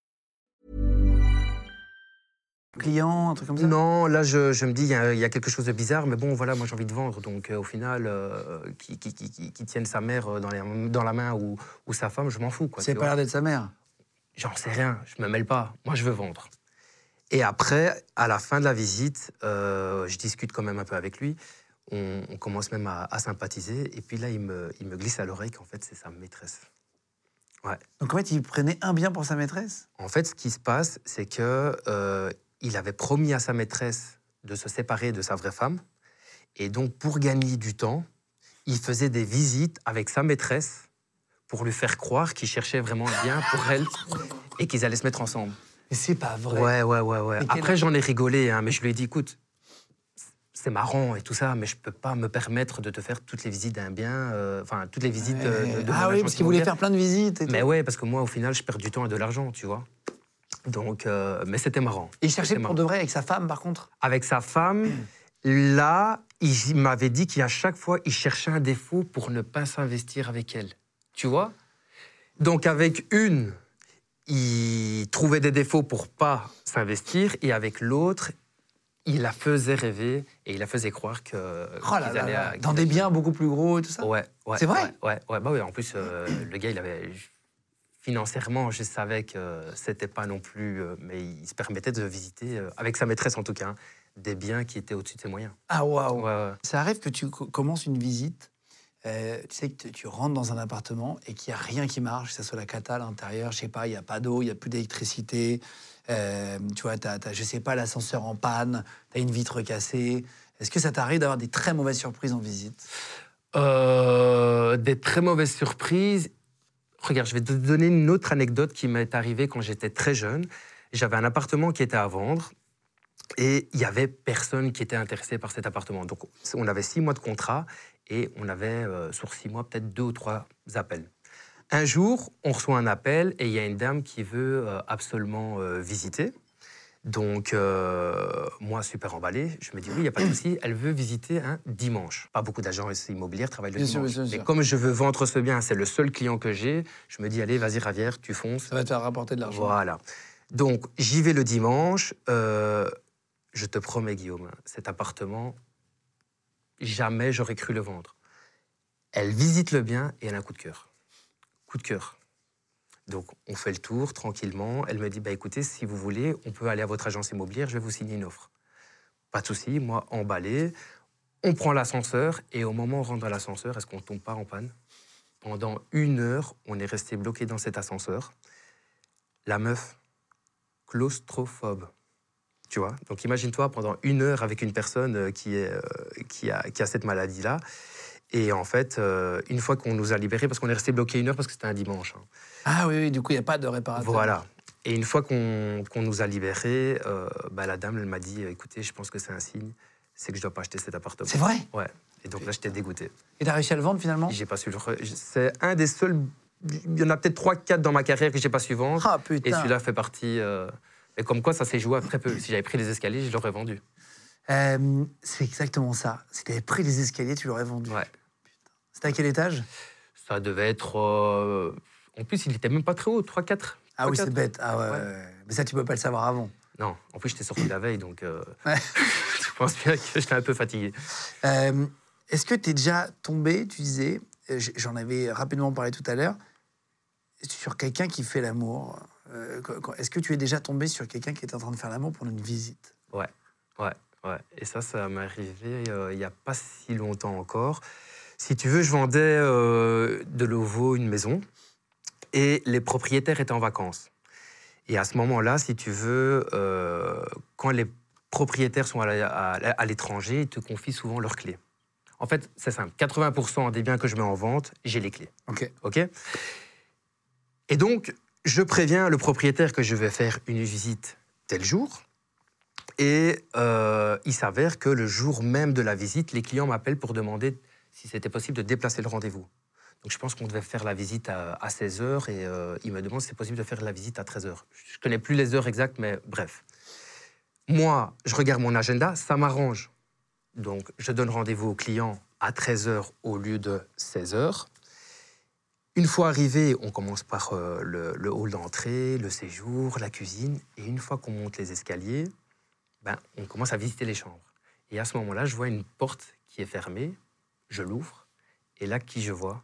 client, un truc comme ça Non, là, je, je me dis, il y, a- il y a quelque chose de bizarre, mais bon, voilà, moi, j'ai envie de vendre. Donc, euh, au final, euh, qui, qui- qui- qui- qui tienne sa mère euh, dans, les- dans la main ou, ou sa femme, je m'en fous. quoi, C'est tu pas vois. l'air d'être sa mère. J'en sais rien, je me mêle pas. Moi, je veux vendre. Et après, à la fin de la visite, euh, je discute quand même un peu avec lui. On, on commence même à, à sympathiser. Et puis là, il me, il me glisse à l'oreille qu'en fait, c'est sa maîtresse. Donc en fait, il prenait un bien pour sa maîtresse En fait, ce qui se passe, c'est que euh, il avait promis à sa maîtresse de se séparer de sa vraie femme. Et donc, pour gagner du temps, il faisait des visites avec sa maîtresse pour lui faire croire qu'il cherchait vraiment un bien pour elle et qu'ils allaient se mettre ensemble. Mais c'est pas vrai. Ouais, ouais, ouais. ouais. Mais quel- Après, j'en ai rigolé, hein, mais je lui ai dit, écoute, c'est marrant et tout ça, mais je peux pas me permettre de te faire toutes les visites d'un bien, euh, enfin, toutes les visites euh, de, de mon ah oui, agence parce qu'il voulait immobilière. faire plein de visites et tout. Mais ouais, parce que moi, au final, je perds du temps et de l'argent, tu vois. Donc, euh, mais c'était marrant. Et il cherchait C'était pour marrant. de vrai avec sa femme, par contre. Avec sa femme, là, il m'avait dit qu'à chaque fois, il cherchait un défaut pour ne pas s'investir avec elle. Tu vois Donc, avec une, il trouvait des défauts pour pas s'investir, et avec l'autre, il la faisait rêver et il la faisait croire que. Oh là qu'ils là allaient là, à- dans qu'ils des allaient- biens beaucoup plus gros et tout ça. Ouais, ouais. C'est vrai Ouais, ouais, ouais. bah oui. En plus, euh, le gars, il avait je- financièrement, je savais que euh, c'était pas non plus, euh, mais il se permettait de visiter euh, avec sa maîtresse en tout cas hein, des biens qui étaient au-dessus de ses moyens. Ah waouh. Ouais, ouais. Ça arrive que tu co- commences une visite, euh, tu sais que tu- tu rentres dans un appartement et qu'il n'y a rien qui marche, que ce soit la cata à l'intérieur, je sais pas, il n'y a pas d'eau, il n'y a plus d'électricité, euh, tu vois, t'as, t'as, je sais pas, l'ascenseur en panne, tu as une vitre cassée. Est-ce que ça t'arrive d'avoir des très mauvaises surprises en visite Euh, des très mauvaises surprises. Regarde, je vais te donner une autre anecdote qui m'est arrivée quand j'étais très jeune. J'avais un appartement qui était à vendre et il y avait personne qui était intéressé par cet appartement. Donc, on avait six mois de contrat et on avait euh, sur six mois peut-être deux ou trois appels. Un jour, on reçoit un appel et il y a une dame qui veut euh, absolument euh, visiter. Donc, euh, moi, super emballé, je me dis oui, il n'y a pas de souci, elle veut visiter un dimanche. Pas beaucoup d'agents immobiliers travaillent le Bien sûr, dimanche. bien sûr, bien Mais sûr. comme je veux vendre ce bien, c'est le seul client que j'ai, je me dis allez, vas-y, Ravière, tu fonces. Ça va te faire rapporter de l'argent. Voilà. Donc, j'y vais le dimanche. Euh, je te promets, Guillaume, cet appartement, jamais j'aurais cru le vendre. Elle visite le bien et elle a un coup de cœur. Coup de cœur. Donc on fait le tour tranquillement. Elle me dit bah écoutez, si vous voulez, on peut aller à votre agence immobilière, je vais vous signer une offre. Pas de souci, moi emballé. On prend l'ascenseur et au moment où on rentre dans l'ascenseur, est-ce qu'on ne tombe pas en panne Pendant une heure, on est resté bloqué dans cet ascenseur. La meuf, claustrophobe. Tu vois Donc imagine-toi pendant une heure avec une personne euh, qui, est, euh, qui, a, qui a cette maladie-là. Et en fait, euh, une fois qu'on nous a libérés, parce qu'on est resté bloqué une heure parce que c'était un dimanche. hein. Ah oui, oui, du coup, il n'y a pas de réparateur. Voilà. Et une fois qu'on qu'on nous a libérés, euh, bah, la dame, elle m'a dit écoutez, je pense que c'est un signe, c'est que je dois pas acheter cet appartement. C'est vrai Ouais. Et donc là, j'étais dégoûté. Et t'as réussi à le vendre finalement J'ai pas su. le re- C'est un des seuls. Il y en a peut-être 3-4 dans ma carrière que j'ai pas su vendre. Ah et putain. celui-là fait partie. euh, Et comme quoi, ça s'est joué à très peu. Si j'avais pris les escaliers, je l'aurais vendu. Euh, c'est exactement ça. Si t'avais pris les escaliers, tu l'aurais vendu. Ouais. C'était à quel étage Ça devait être. euh, En plus, il était même pas très haut, 3-4. Ah oui, c'est Peut-être. bête. Ah ouais, Ouais. ouais. Mais ça, tu peux pas le savoir avant. Non, en plus, j'étais sorti la veille, donc. euh, Ouais. je pense bien que j'étais un peu fatigué. Euh, Est-ce que t'es déjà tombé, tu disais, euh, j- j'en avais rapidement parlé tout à l'heure, sur quelqu'un qui fait l'amour Euh, quand- quand- Est-ce que tu es déjà tombé sur quelqu'un qui était en train de faire l'amour pendant une visite Ouais, ouais. Et ça, ça m'est arrivé euh, il n'y a pas si longtemps encore. Si tu veux, je vendais euh, de l'OVO une maison et les propriétaires étaient en vacances. Et à ce moment-là, si tu veux, euh, quand les propriétaires sont à la- à la- à l'étranger, ils te confient souvent leurs clés. En fait, c'est simple. 80% des biens que je mets en vente, j'ai les clés. Ok. OK Et donc, je préviens le propriétaire que je vais faire une visite tel jour. Et euh, il s'avère que le jour même de la visite, les clients m'appellent pour demander si c'était possible de déplacer le rendez-vous. Donc je pense qu'on devait faire la visite à, 16h et euh, il me demande si c'est possible de faire la visite à 13h. Je ne connais plus les heures exactes, mais bref. Moi, je regarde mon agenda, ça m'arrange. Donc je donne rendez-vous au client à 13h au lieu de 16h. Une fois arrivé, on commence par euh, le, le hall d'entrée, le séjour, la cuisine. Et une fois qu'on monte les escaliers, ben, on commence à visiter les chambres. Et à ce moment-là, je vois une porte qui est fermée, je l'ouvre, et là, qui je vois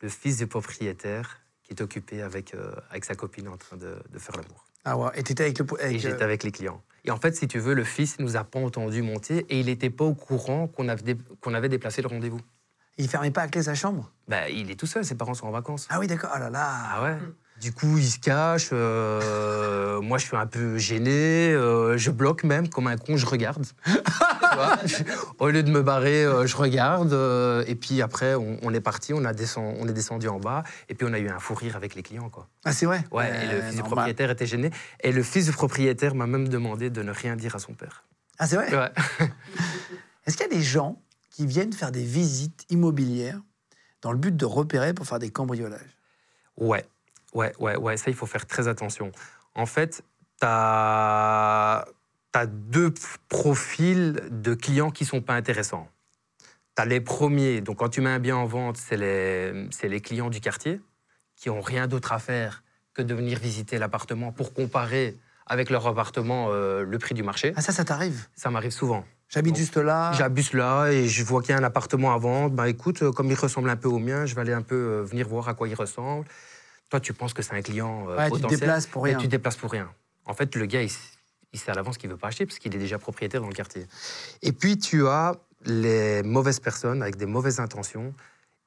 Le fils du propriétaire qui est occupé avec, euh, avec sa copine en train de, de faire l'amour. Ah ouais, et t'étais avec le. po- Et Avec, euh, j'étais avec les clients. Et en fait, si tu veux, le fils nous a pas entendu monter et il n'était pas au courant qu'on avait, dé- qu'on avait déplacé le rendez-vous. Il fermait pas à clé sa chambre Ben, il est tout seul, ses parents sont en vacances. Ah oui, d'accord. Ah là là. Ah ouais Du coup, il se cache. euh, moi, je suis un peu gêné. euh, je bloque même, comme un con, je regarde. Tu vois Au lieu de me barrer, euh, je regarde. euh, et puis après, on, on est parti, on, a descend- on est descendu en bas. Et puis, on a eu un fou rire avec les clients, quoi. Ah, c'est vrai Ouais, et le Euh, fils du normal. propriétaire était gêné. Et le fils du propriétaire m'a même demandé de ne rien dire à son père. Ah, c'est vrai Ouais. Est-ce qu'il y a des gens qui viennent faire des visites immobilières dans le but de repérer pour faire des cambriolages Ouais, ouais, ouais, ouais, ça, il faut faire très attention. En fait, t'as as deux f- profils de clients qui sont pas intéressants. T'as les premiers, donc quand tu mets un bien en vente, c'est les, c'est les clients du quartier qui ont rien d'autre à faire que de venir visiter l'appartement pour comparer avec leur appartement euh, le prix du marché. Ah, ça, ça t'arrive Ça m'arrive souvent. J'habite Non. juste là. J'abuse là et je vois qu'il y a un appartement à vendre. Bah écoute, euh, comme il ressemble un peu au mien, je vais aller un peu euh, venir voir à quoi il ressemble. Toi, tu penses que c'est un client euh, Ouais, tu te potentiel, déplaces pour mais rien. tu te déplaces pour rien. En fait, le gars, il, s- il sait à l'avance qu'il veut pas acheter parce qu'il est déjà propriétaire dans le quartier. Et puis tu as les mauvaises personnes avec des mauvaises intentions.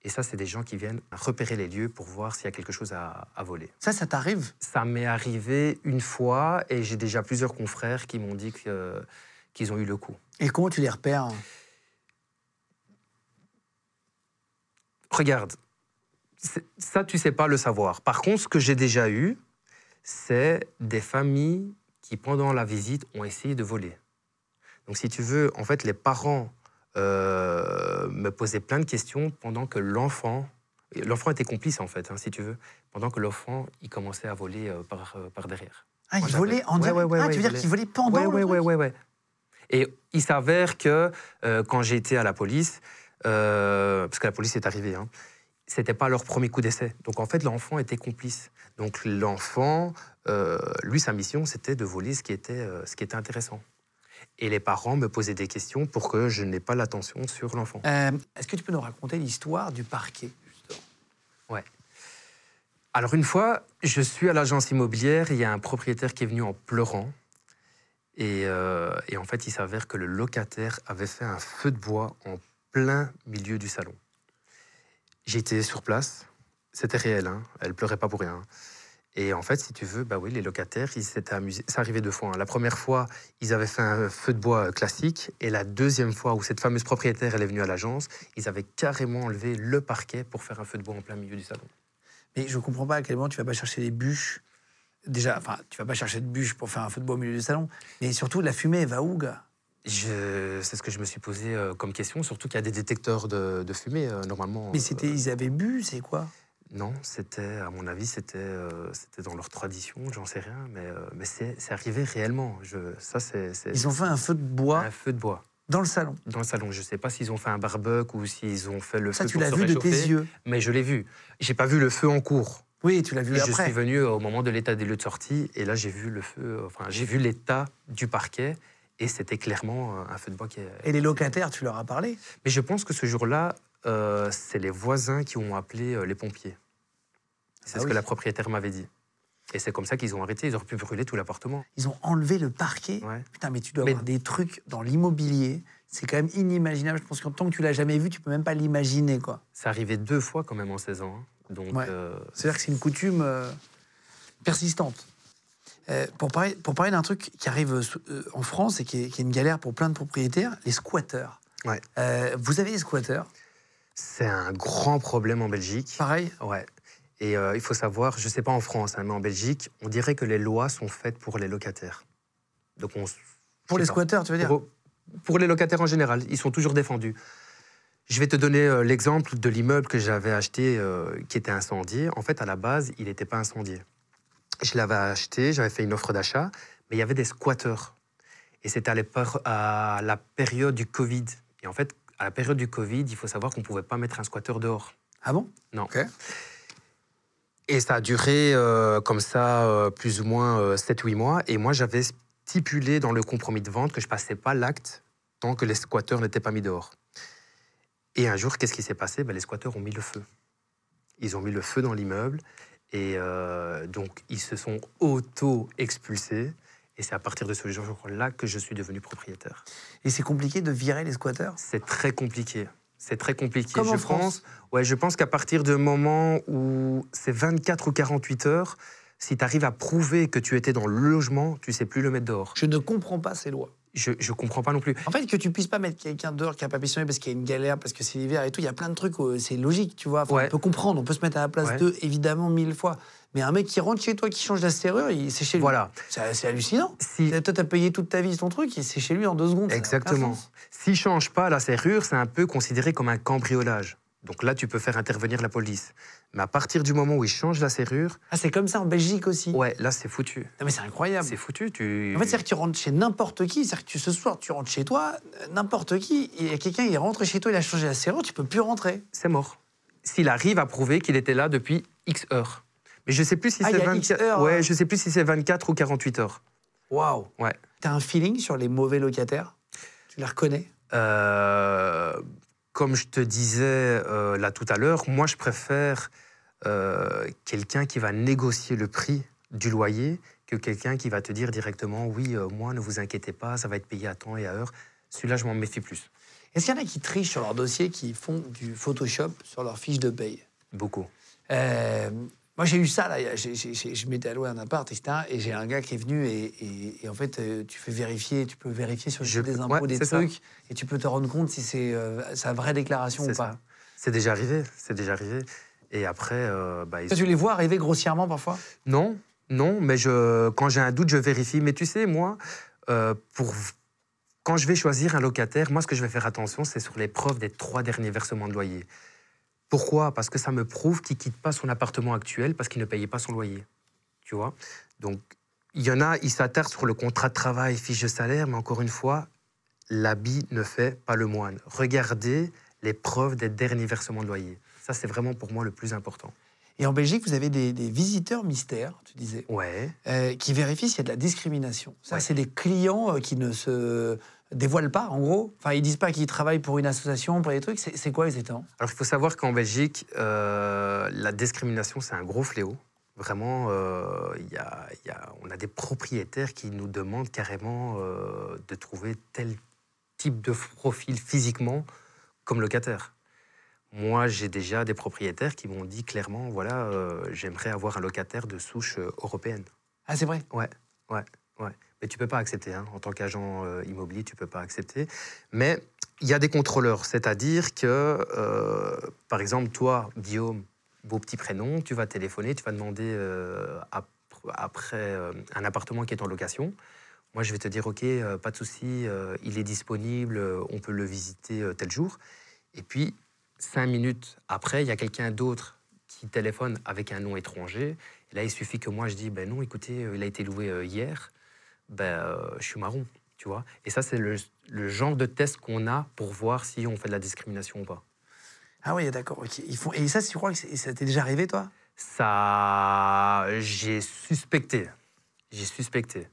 Et ça, c'est des gens qui viennent repérer les lieux pour voir s'il y a quelque chose à- à voler. Ça, ça t'arrive Ça m'est arrivé une fois et j'ai déjà plusieurs confrères qui m'ont dit que, euh, qu'ils ont eu le coup. Et comment tu les repères regarde, c'est- ça, tu sais pas le savoir. Par contre, ce que j'ai déjà eu, c'est des familles qui, pendant la visite, ont essayé de voler. Donc, si tu veux, en fait, les parents euh, me posaient plein de questions pendant que l'enfant. L'enfant était complice, en fait, hein, si tu veux. Pendant que l'enfant, il commençait à voler euh, par, euh, par derrière. Ah, Moi, ils volaient j'avais- en Ouais, direct ouais, ouais, Ah, ouais, tu ils veux dire volaient. qu'ils volaient pendant Ouais, le ouais, truc ouais, ouais, ouais. Et il s'avère que euh, quand j'ai été à la police, euh, parce que la police est arrivée, hein, c'était pas leur premier coup d'essai. Donc en fait, l'enfant était complice. Donc l'enfant, euh, lui, sa mission, c'était de voler ce qui était, euh, ce qui était intéressant. Et les parents me posaient des questions pour que je n'ai pas l'attention sur l'enfant. Euh, Est-ce que tu peux nous raconter l'histoire du parquet Ouais. Alors une fois, je suis à l'agence immobilière, il y a un propriétaire qui est venu en pleurant. Et, euh, et en fait, il s'avère que le locataire avait fait un feu de bois en plein milieu du salon. J'étais sur place, c'était réel, hein, elle pleurait pas pour rien. Et en fait, si tu veux, bah oui, les locataires, ils s'étaient amusés. C'est arrivé deux fois. hein. La première fois, ils avaient fait un feu de bois euh, classique. Et la deuxième fois où cette fameuse propriétaire, elle est venue à l'agence, ils avaient carrément enlevé le parquet pour faire un feu de bois en plein milieu du salon. Mais je comprends pas à quel moment tu vas pas chercher des bûches. Déjà, enfin, tu vas pas chercher de bûches pour faire un feu de bois au milieu du salon. Mais surtout, la fumée, elle va où, gars Je- C'est ce que je me suis posé euh, comme question, surtout qu'il y a des détecteurs de, de fumée, euh, normalement. Mais euh, c'était, ils avaient bu, c'est quoi Non, c'était, à mon avis, c'était, euh, c'était dans leur tradition, j'en sais rien, mais, euh, mais c'est, c'est arrivé réellement. Je, ça, c'est, c'est Ils ont fait un feu de bois un feu de bois dans le salon. dans le salon. Je ne sais pas s'ils ont fait un barbecue ou s'ils ont fait le Ça, feu tu pour l'as se vu de tes réchauffer, yeux. Mais je l'ai vu. J'ai pas vu le feu en cours. Oui, tu l'as vu Et je après. suis venu euh, au moment de l'état des lieux de sortie et là j'ai vu le feu. euh, Enfin, j'ai vu l'état du parquet et c'était clairement euh, un feu de bois qui est. Et les locataires, tu leur as parlé Mais je pense que ce jour-là, euh, c'est les voisins qui ont appelé euh, les pompiers. C'est Ah ce oui. que la propriétaire m'avait dit. Et c'est comme ça qu'ils ont arrêté. Ils auraient pu brûler tout l'appartement. Ils ont enlevé le parquet. Ouais. Putain, mais tu dois Mais- avoir des trucs dans l'immobilier. C'est quand même inimaginable. Je pense qu'en tant que tu l'as jamais vu, tu peux même pas l'imaginer, quoi. Ça arrivait deux fois quand même en 16 ans. hein. Donc, Ouais. euh, C'est-à-dire que c'est une coutume euh, persistante. Euh, pour parler, pour parler d'un truc qui arrive euh, sou- euh, en France et qui est, qui est une galère pour plein de propriétaires, les squatteurs. Ouais. Euh, vous avez des squatteurs, c'est un grand problème en Belgique. pareil. Ouais. Et euh, il faut savoir, je ne sais pas en France, hein, mais en Belgique, on dirait que les lois sont faites pour les locataires. Donc on, s- Pour je les sais pas. squatteurs, tu veux dire pour, pour les locataires en général, ils sont toujours défendus. Je vais te donner euh, l'exemple de l'immeuble que j'avais acheté euh, qui était incendié. En fait, à la base, il n'était pas incendié. Je l'avais acheté, j'avais fait une offre d'achat, mais il y avait des squatteurs. Et c'était à, l'époque- à la période du Covid. Et en fait, à la période du Covid, il faut savoir qu'on ne pouvait pas mettre un squatteur dehors. Ah bon Non. Ok. Et ça a duré euh, comme ça euh, plus ou moins 7-8 mois. Et moi, j'avais stipulé dans le compromis de vente que je passais pas l'acte tant que les squatteurs n'étaient pas mis dehors. Et un jour, qu'est-ce qui s'est passé Ben, Les squatteurs ont mis le feu. Ils ont mis le feu dans l'immeuble. Et euh, donc, ils se sont auto-expulsés. Et c'est à partir de ce jour-là que je suis devenu propriétaire. Et c'est compliqué de virer les squatteurs C'est très compliqué. C'est très compliqué. Comme je en pense, France. Ouais, je pense qu'à partir du moment où c'est 24 ou 48 heures, si tu arrives à prouver que tu étais dans le logement, tu sais plus le mettre dehors. Je ne comprends pas ces lois. Je ne comprends pas non plus. En fait, que tu puisses pas mettre quelqu'un dehors qui a pas missionné parce qu'il y a une galère, parce que c'est l'hiver et tout, il y a plein de trucs, euh, c'est logique, tu vois. Enfin, Ouais. On peut comprendre, on peut se mettre à la place Ouais. d'eux, évidemment, mille fois. Mais un mec qui rentre chez toi, qui change la serrure, il- c'est chez lui. Voilà. C'est c'est hallucinant. Si, Toi, t'as payé toute ta vie ton truc et c'est chez lui en deux secondes. ça n'a aucun exactement. sens. S'il change pas la serrure, c'est un peu considéré comme un cambriolage. Donc là, tu peux faire intervenir la police. Mais à partir du moment où il change la serrure, Ah, c'est comme ça en Belgique aussi. ouais, là, c'est foutu. Non, mais c'est incroyable. C'est foutu. Tu... En fait, c'est-à-dire que tu rentres chez n'importe qui. C'est-à-dire que tu- ce soir, tu rentres chez toi, euh, n'importe qui, il y a quelqu'un, il est rentré chez toi, il a changé la serrure, tu peux plus rentrer. c'est mort. S'il arrive à prouver qu'il était là depuis X heures. Mais je sais plus si Ah, il c'est y a X 24 heures, hein. Ouais, je sais plus si c'est 24 ou 48 heures. Waouh. Ouais. T'as un feeling sur les mauvais locataires Tu les reconnais Euh, comme je te disais euh, là tout à l'heure, moi je préfère euh, quelqu'un qui va négocier le prix du loyer que quelqu'un qui va te dire directement oui, euh, moi ne vous inquiétez pas, ça va être payé à temps et à heure. Celui-là, je m'en méfie plus. Est-ce qu'il y en a qui trichent sur leur dossier, qui font du Photoshop sur leur fiche de paye Beaucoup. Euh, moi, j'ai eu ça, là. j'ai- j'ai- j'ai- je m'étais alloué un appart, etc. Et j'ai un gars qui est venu et, et- et en fait, euh, tu fais vérifier, tu peux vérifier sur le Je site des peux- impôts ouais, des c'est ça. trucs et tu peux te rendre compte si c'est euh, sa vraie déclaration ou C'est pas. ça. C'est déjà arrivé, c'est déjà arrivé. Et après, euh, bah, ils- Ça, Tu les vois arriver grossièrement parfois Non, non, mais je, quand j'ai un doute, je vérifie. Mais tu sais, moi, euh, pour, quand je vais choisir un locataire, moi, ce que je vais faire attention, c'est sur les preuves des trois derniers versements de loyer. Pourquoi Parce que ça me prouve qu'il quitte pas son appartement actuel parce qu'il ne payait pas son loyer. Tu vois Donc, il y en a, ils s'attardent sur le contrat de travail, fiche de salaire, mais encore une fois, l'habit ne fait pas le moine. Regardez les preuves des derniers versements de loyer. Ça, c'est vraiment pour moi le plus important. Et en Belgique, vous avez des, des visiteurs mystères, tu disais, Ouais. euh, qui vérifient s'il y a de la discrimination. Ça, Ouais. c'est des clients euh, qui ne se dévoilent pas, en gros. Enfin, ils disent pas qu'ils travaillent pour une association, pour des trucs. C'est c'est quoi les étangs Alors, il faut savoir qu'en Belgique, euh, la discrimination, c'est un gros fléau. Vraiment, euh, il y a- il y a- on a des propriétaires qui nous demandent carrément euh, de trouver tel type de profil physiquement comme locataire. Moi, j'ai déjà des propriétaires qui m'ont dit clairement, voilà, euh, j'aimerais avoir un locataire de souche euh, européenne. Ah, c'est vrai Ouais, ouais, ouais. Mais tu peux pas accepter, hein. en tant qu'agent euh, immobilier, tu peux pas accepter. Mais il y a des contrôleurs, c'est-à-dire que, euh, par exemple, toi, Guillaume, beau petit prénom, tu vas téléphoner, tu vas demander euh, ap- après euh, un appartement qui est en location. Moi, je vais te dire, OK, euh, pas de souci, euh, il est disponible, euh, on peut le visiter euh, tel jour. Et puis, cinq minutes après, il y a quelqu'un d'autre qui téléphone avec un nom étranger et Là, il suffit que moi je dis, ben non, écoutez, euh, il a été loué euh, hier, ben euh, je suis marron, tu vois. Et ça, c'est le, le genre de test qu'on a pour voir si on fait de la discrimination ou pas. Ah oui, d'accord. ok. Ils font... Et ça, tu crois que c'est- ça t'est déjà arrivé, toi Ça, j'ai suspecté. J'ai suspecté.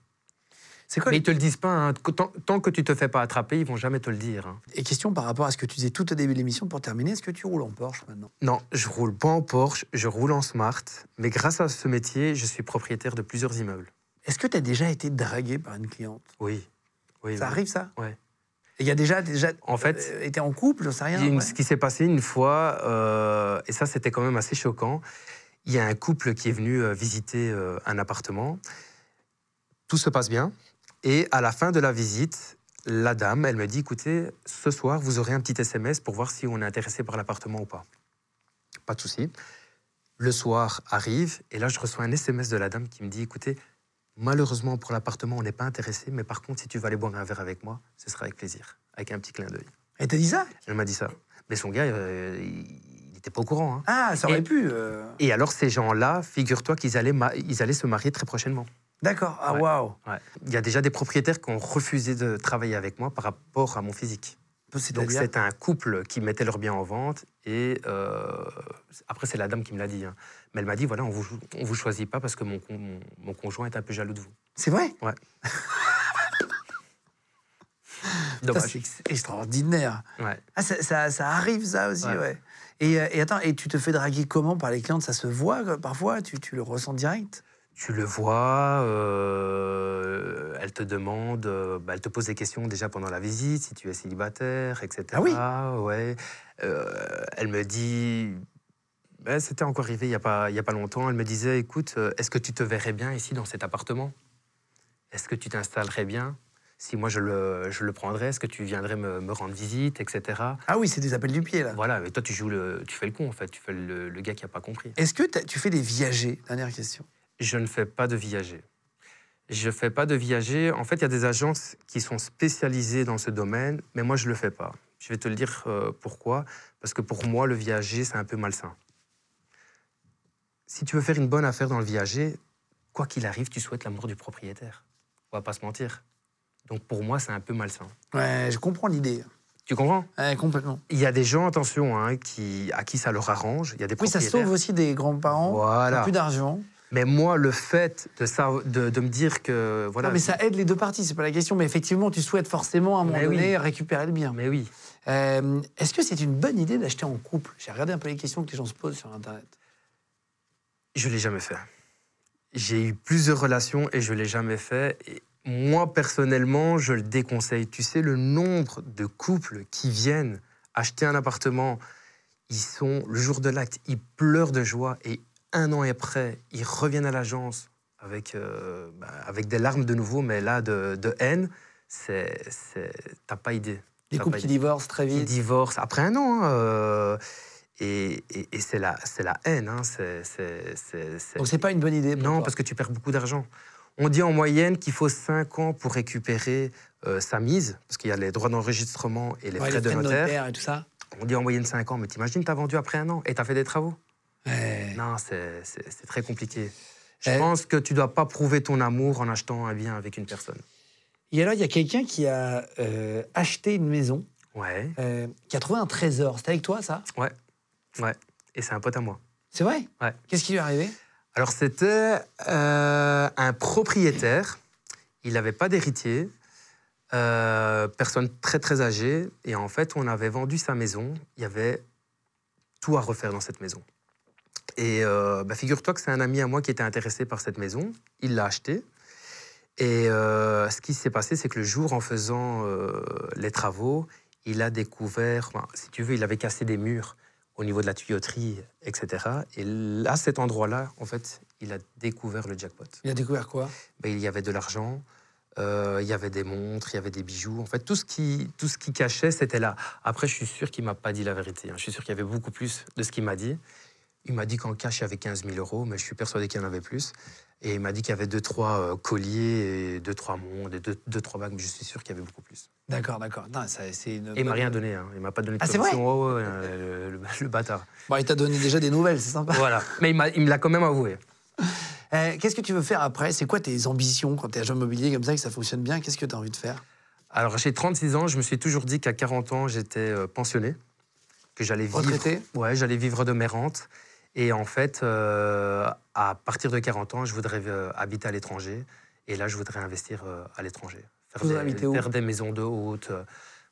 C'est quoi Mais les- ils te le disent pas. hein. Que- Tant, tant que tu te fais pas attraper, ils vont jamais te le dire. hein. Et question par rapport à ce que tu disais tout au début de l'émission pour terminer, est-ce que tu roules en Porsche maintenant Non, je roule pas en Porsche, je roule en Smart. Mais grâce à ce métier, je suis propriétaire de plusieurs immeubles. Est-ce que tu as déjà été dragué par une cliente Oui. oui Ça oui. arrive, ça Ouais. Il y a déjà, déjà En fait, euh, été en couple, j'en sais rien. Il y a une- ouais. Ce qui s'est passé une fois, euh, et ça c'était quand même assez choquant, il y a un couple qui est venu euh, visiter euh, un appartement, tout se passe bien, et à la fin de la visite, la dame, elle me dit, écoutez, ce soir, vous aurez un petit SMS pour voir si on est intéressé par l'appartement ou pas. Pas de souci. Le soir arrive, et là je reçois un SMS de la dame qui me dit, écoutez, malheureusement pour l'appartement, on n'est pas intéressé, mais par contre, si tu vas aller boire un verre avec moi, ce sera avec plaisir, avec un petit clin d'œil. Elle t'a dit ça Elle m'a dit ça. Mais son gars, euh, il n'était pas au courant. hein. Ah, ça aurait Et- pu. euh, Et alors, ces gens-là, figure-toi qu'ils allaient, ma- ils allaient se marier très prochainement. D'accord. Ah, Ouais. waouh. Ouais. Il y a déjà des propriétaires qui ont refusé de travailler avec moi par rapport à mon physique. Donc, C'est-à-dire c'était un couple qui mettait leurs biens en vente. Et euh, après, c'est la dame qui me l'a dit. hein. Mais elle m'a dit voilà, on vous, on vous choisit pas parce que mon, con- mon, mon conjoint est un peu jaloux de vous. C'est vrai Putain, Dommage. C'est ex- extraordinaire. Ouais. Ah, ça, ça- ça arrive, ça aussi, ouais. Ouais. Et, euh, et attends, et tu te fais draguer comment par les clientes Ça se voit euh, parfois tu, tu le ressens direct Tu le vois, euh, elle te demande, euh, bah, elle te pose des questions déjà pendant la visite, si tu es célibataire, etc. Ah oui ouais. Euh, elle me dit, ouais, c'était encore arrivé il n'y a, pas- il y a pas longtemps, elle me disait, écoute, euh, est-ce que tu te verrais bien ici dans cet appartement Est-ce que tu t'installerais bien Si moi je le, je le prendrais, est-ce que tu viendrais me, me rendre visite, etc. Ah oui, c'est des appels du pied, là. Voilà, mais toi tu joues le, tu fais le con en fait, tu fais le, le gars qui n'a pas compris. Est-ce que t'as- tu fais des viagers Dernière question. Je ne fais pas de viager. Je ne fais pas de viager. En fait, il y a des agences qui sont spécialisées dans ce domaine, mais moi, je ne le fais pas. Je vais te le dire euh, pourquoi. Parce que pour moi, le viager, c'est un peu malsain. Si tu veux faire une bonne affaire dans le viager, quoi qu'il arrive, tu souhaites la mort du propriétaire. On va pas se mentir. Donc pour moi, c'est un peu malsain. Ouais, je comprends l'idée. Tu comprends Ouais, complètement. Il y a des gens, attention, hein, qui, à qui ça leur arrange. Il y a des Oui, ça propriétaires. sauve aussi des grands-parents. qui ont Voilà. Plus d'argent. Mais moi, le fait de, ça, de, de me dire que... Voilà, Non, mais ça aide les deux parties, c'est pas la question. Mais effectivement, tu souhaites forcément, à un moment Mais oui. donné, récupérer le bien. Mais oui. Euh, Est-ce que c'est une bonne idée d'acheter en couple J'ai regardé un peu les questions que les gens se posent sur Internet. Je l'ai jamais fait. J'ai eu plusieurs relations et je l'ai jamais fait. Et moi, personnellement, je le déconseille. Tu sais, le nombre de couples qui viennent acheter un appartement, ils sont le jour de l'acte, ils pleurent de joie et un an après, ils reviennent à l'agence avec, euh, bah, avec des larmes de nouveau, mais là, de, de haine. C'est, c'est- t'as pas idée. Des T'as couples pas qui idée. divorcent très Ils vite. divorcent après un an. hein, euh, et et- et c'est la, c'est la haine. hein, c'est- c'est- c'est- c'est- Donc c'est pas une bonne idée. non, parce que tu perds beaucoup d'argent. On dit en moyenne qu'il faut 5 ans pour récupérer euh, sa mise, parce qu'il y a les droits d'enregistrement et les frais de notaire. et tout ça. On dit en moyenne 5 ans, mais t'imagines, t'as vendu après un an et t'as fait des travaux. Ouais. Non, c'est- c'est c'est très compliqué. Je Eh. pense que tu dois pas prouver ton amour en achetant un bien avec une personne. Et alors, il y a quelqu'un qui a euh, acheté une maison, Ouais, euh, qui a trouvé un trésor. C'était avec toi, ça ouais, ouais. Et c'est un pote à moi. C'est vrai Ouais. Qu'est-ce qui lui est arrivé Alors, c'était euh, un propriétaire. Il n'avait pas d'héritier. euh, personne très, très âgée. Et en fait, on avait vendu sa maison. Il y avait tout à refaire dans cette maison. Et euh, bah, figure-toi que c'est un ami à moi qui était intéressé par cette maison. Il l'a achetée. Et euh, ce qui s'est passé, c'est que le jour, en faisant euh, les travaux, il a découvert, enfin, si tu veux, il avait cassé des murs au niveau de la tuyauterie, etc. Et l- à cet endroit-là, en fait, il a découvert le jackpot. Il a découvert quoi Ben, il y avait de l'argent, euh, il y avait des montres, il y avait des bijoux. En fait, tout ce qui, tout ce qui cachait, c'était là. Après, je suis sûr qu'il m'a pas dit la vérité. hein. Je suis sûr qu'il y avait beaucoup plus de ce qu'il m'a dit. Il m'a dit qu'en cash, il y avait 15 000 euros, mais je suis persuadé qu'il y en avait plus. Et il m'a dit qu'il y avait deux, trois euh, colliers, et deux, trois mondes, et deux, deux, trois bagues, mais je suis sûr qu'il y avait beaucoup plus. D'accord, d'accord. Non, ça, c'est une Et il m'a bonne- rien donné. hein. Il m'a pas donné de Ah, c'est vrai commission. Ouais, ouais, euh, le, le bâtard. Bon, il t'a donné déjà des nouvelles, c'est sympa. Voilà. Mais il m'a- il me l'a quand même avoué. hein. Euh, Qu'est-ce que tu veux faire après C'est quoi tes ambitions quand t'es agent immobilier comme ça et que ça fonctionne bien Qu'est-ce que t'as envie de faire Alors, j'ai 36 ans, je me suis toujours dit qu'à 40 ans, j'étais euh, pensionné, que j'allais vivre. Retraité Ouais, j'allais vivre de mes rentes. Et en fait, euh, à partir de 40 ans, je voudrais euh, habiter à l'étranger. Et là, je voudrais investir euh, à l'étranger. Faire, Vous des, habitez où faire des maisons de haute. euh.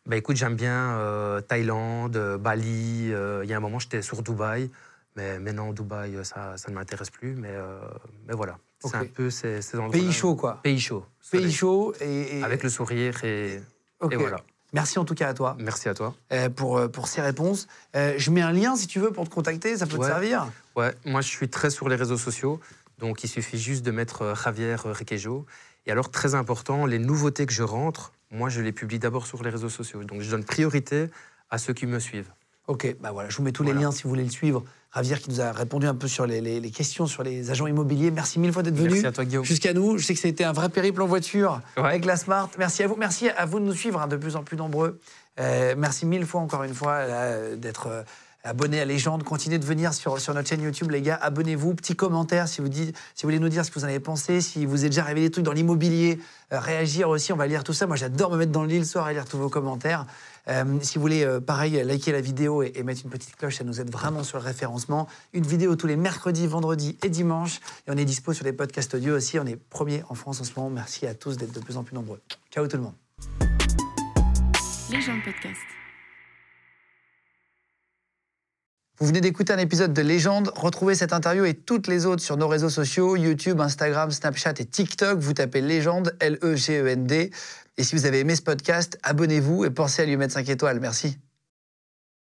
Bah écoute, j'aime bien euh, Thaïlande, euh, Bali. euh, Il y a un moment, j'étais sur Dubaï. Mais maintenant, Dubaï, euh, ça, ça ne m'intéresse plus. Mais, euh, mais voilà. Ok. C'est un peu ces, ces endroits. Pays chaud, quoi. Pays chaud. Pays Soleil. chaud et. et- Avec le sourire et, Ok. et voilà. Merci en tout cas à toi Merci à toi. euh, pour, euh, pour ces réponses. Euh, je mets un lien si tu veux pour te contacter, ça peut te Ouais. servir. Ouais, moi je suis très sur les réseaux sociaux, donc il suffit juste de mettre euh, Javier euh, Requejo. Et alors très important, les nouveautés que je rentre, moi je les publie d'abord sur les réseaux sociaux. Donc je donne priorité à ceux qui me suivent. Ok, bah voilà, je vous mets tous les Voilà. liens si vous voulez le suivre. Javier qui nous a répondu un peu sur les, les- les questions sur les agents immobiliers. Merci mille fois d'être venu Merci à toi Guillaume. jusqu'à nous. Je sais que c'était un vrai périple en voiture Ouais. avec la Smart. Merci à vous, merci à vous de nous suivre, hein, de plus en plus nombreux. Euh, merci mille fois encore une fois là, euh, d'être euh, abonnés à Légende. Continuez de venir sur, sur notre chaîne YouTube, les gars. Abonnez-vous. Petit commentaire si vous, dites, si vous voulez nous dire ce que vous en avez pensé, si vous êtes déjà arrivé des trucs dans l'immobilier. Euh, réagir aussi, on va lire tout ça. Moi, j'adore me mettre dans le lit le soir et lire tous vos commentaires. Euh, si vous voulez, euh, pareil, liker la vidéo et, et mettre une petite cloche, ça nous aide vraiment sur le référencement. Une vidéo tous les mercredis, vendredis et dimanches. Et on est dispo sur les podcasts audio aussi. On est premier en France en ce moment. Merci à tous d'être de plus en plus nombreux. Ciao tout le monde. Les gens podcast. Vous venez d'écouter un épisode de Légende. Retrouvez cette interview et toutes les autres sur nos réseaux sociaux YouTube, Instagram, Snapchat et TikTok. Vous tapez Légende, E L-E-G-E-N-D. Et si vous avez aimé ce podcast, abonnez-vous et pensez à lui mettre 5 étoiles. Merci.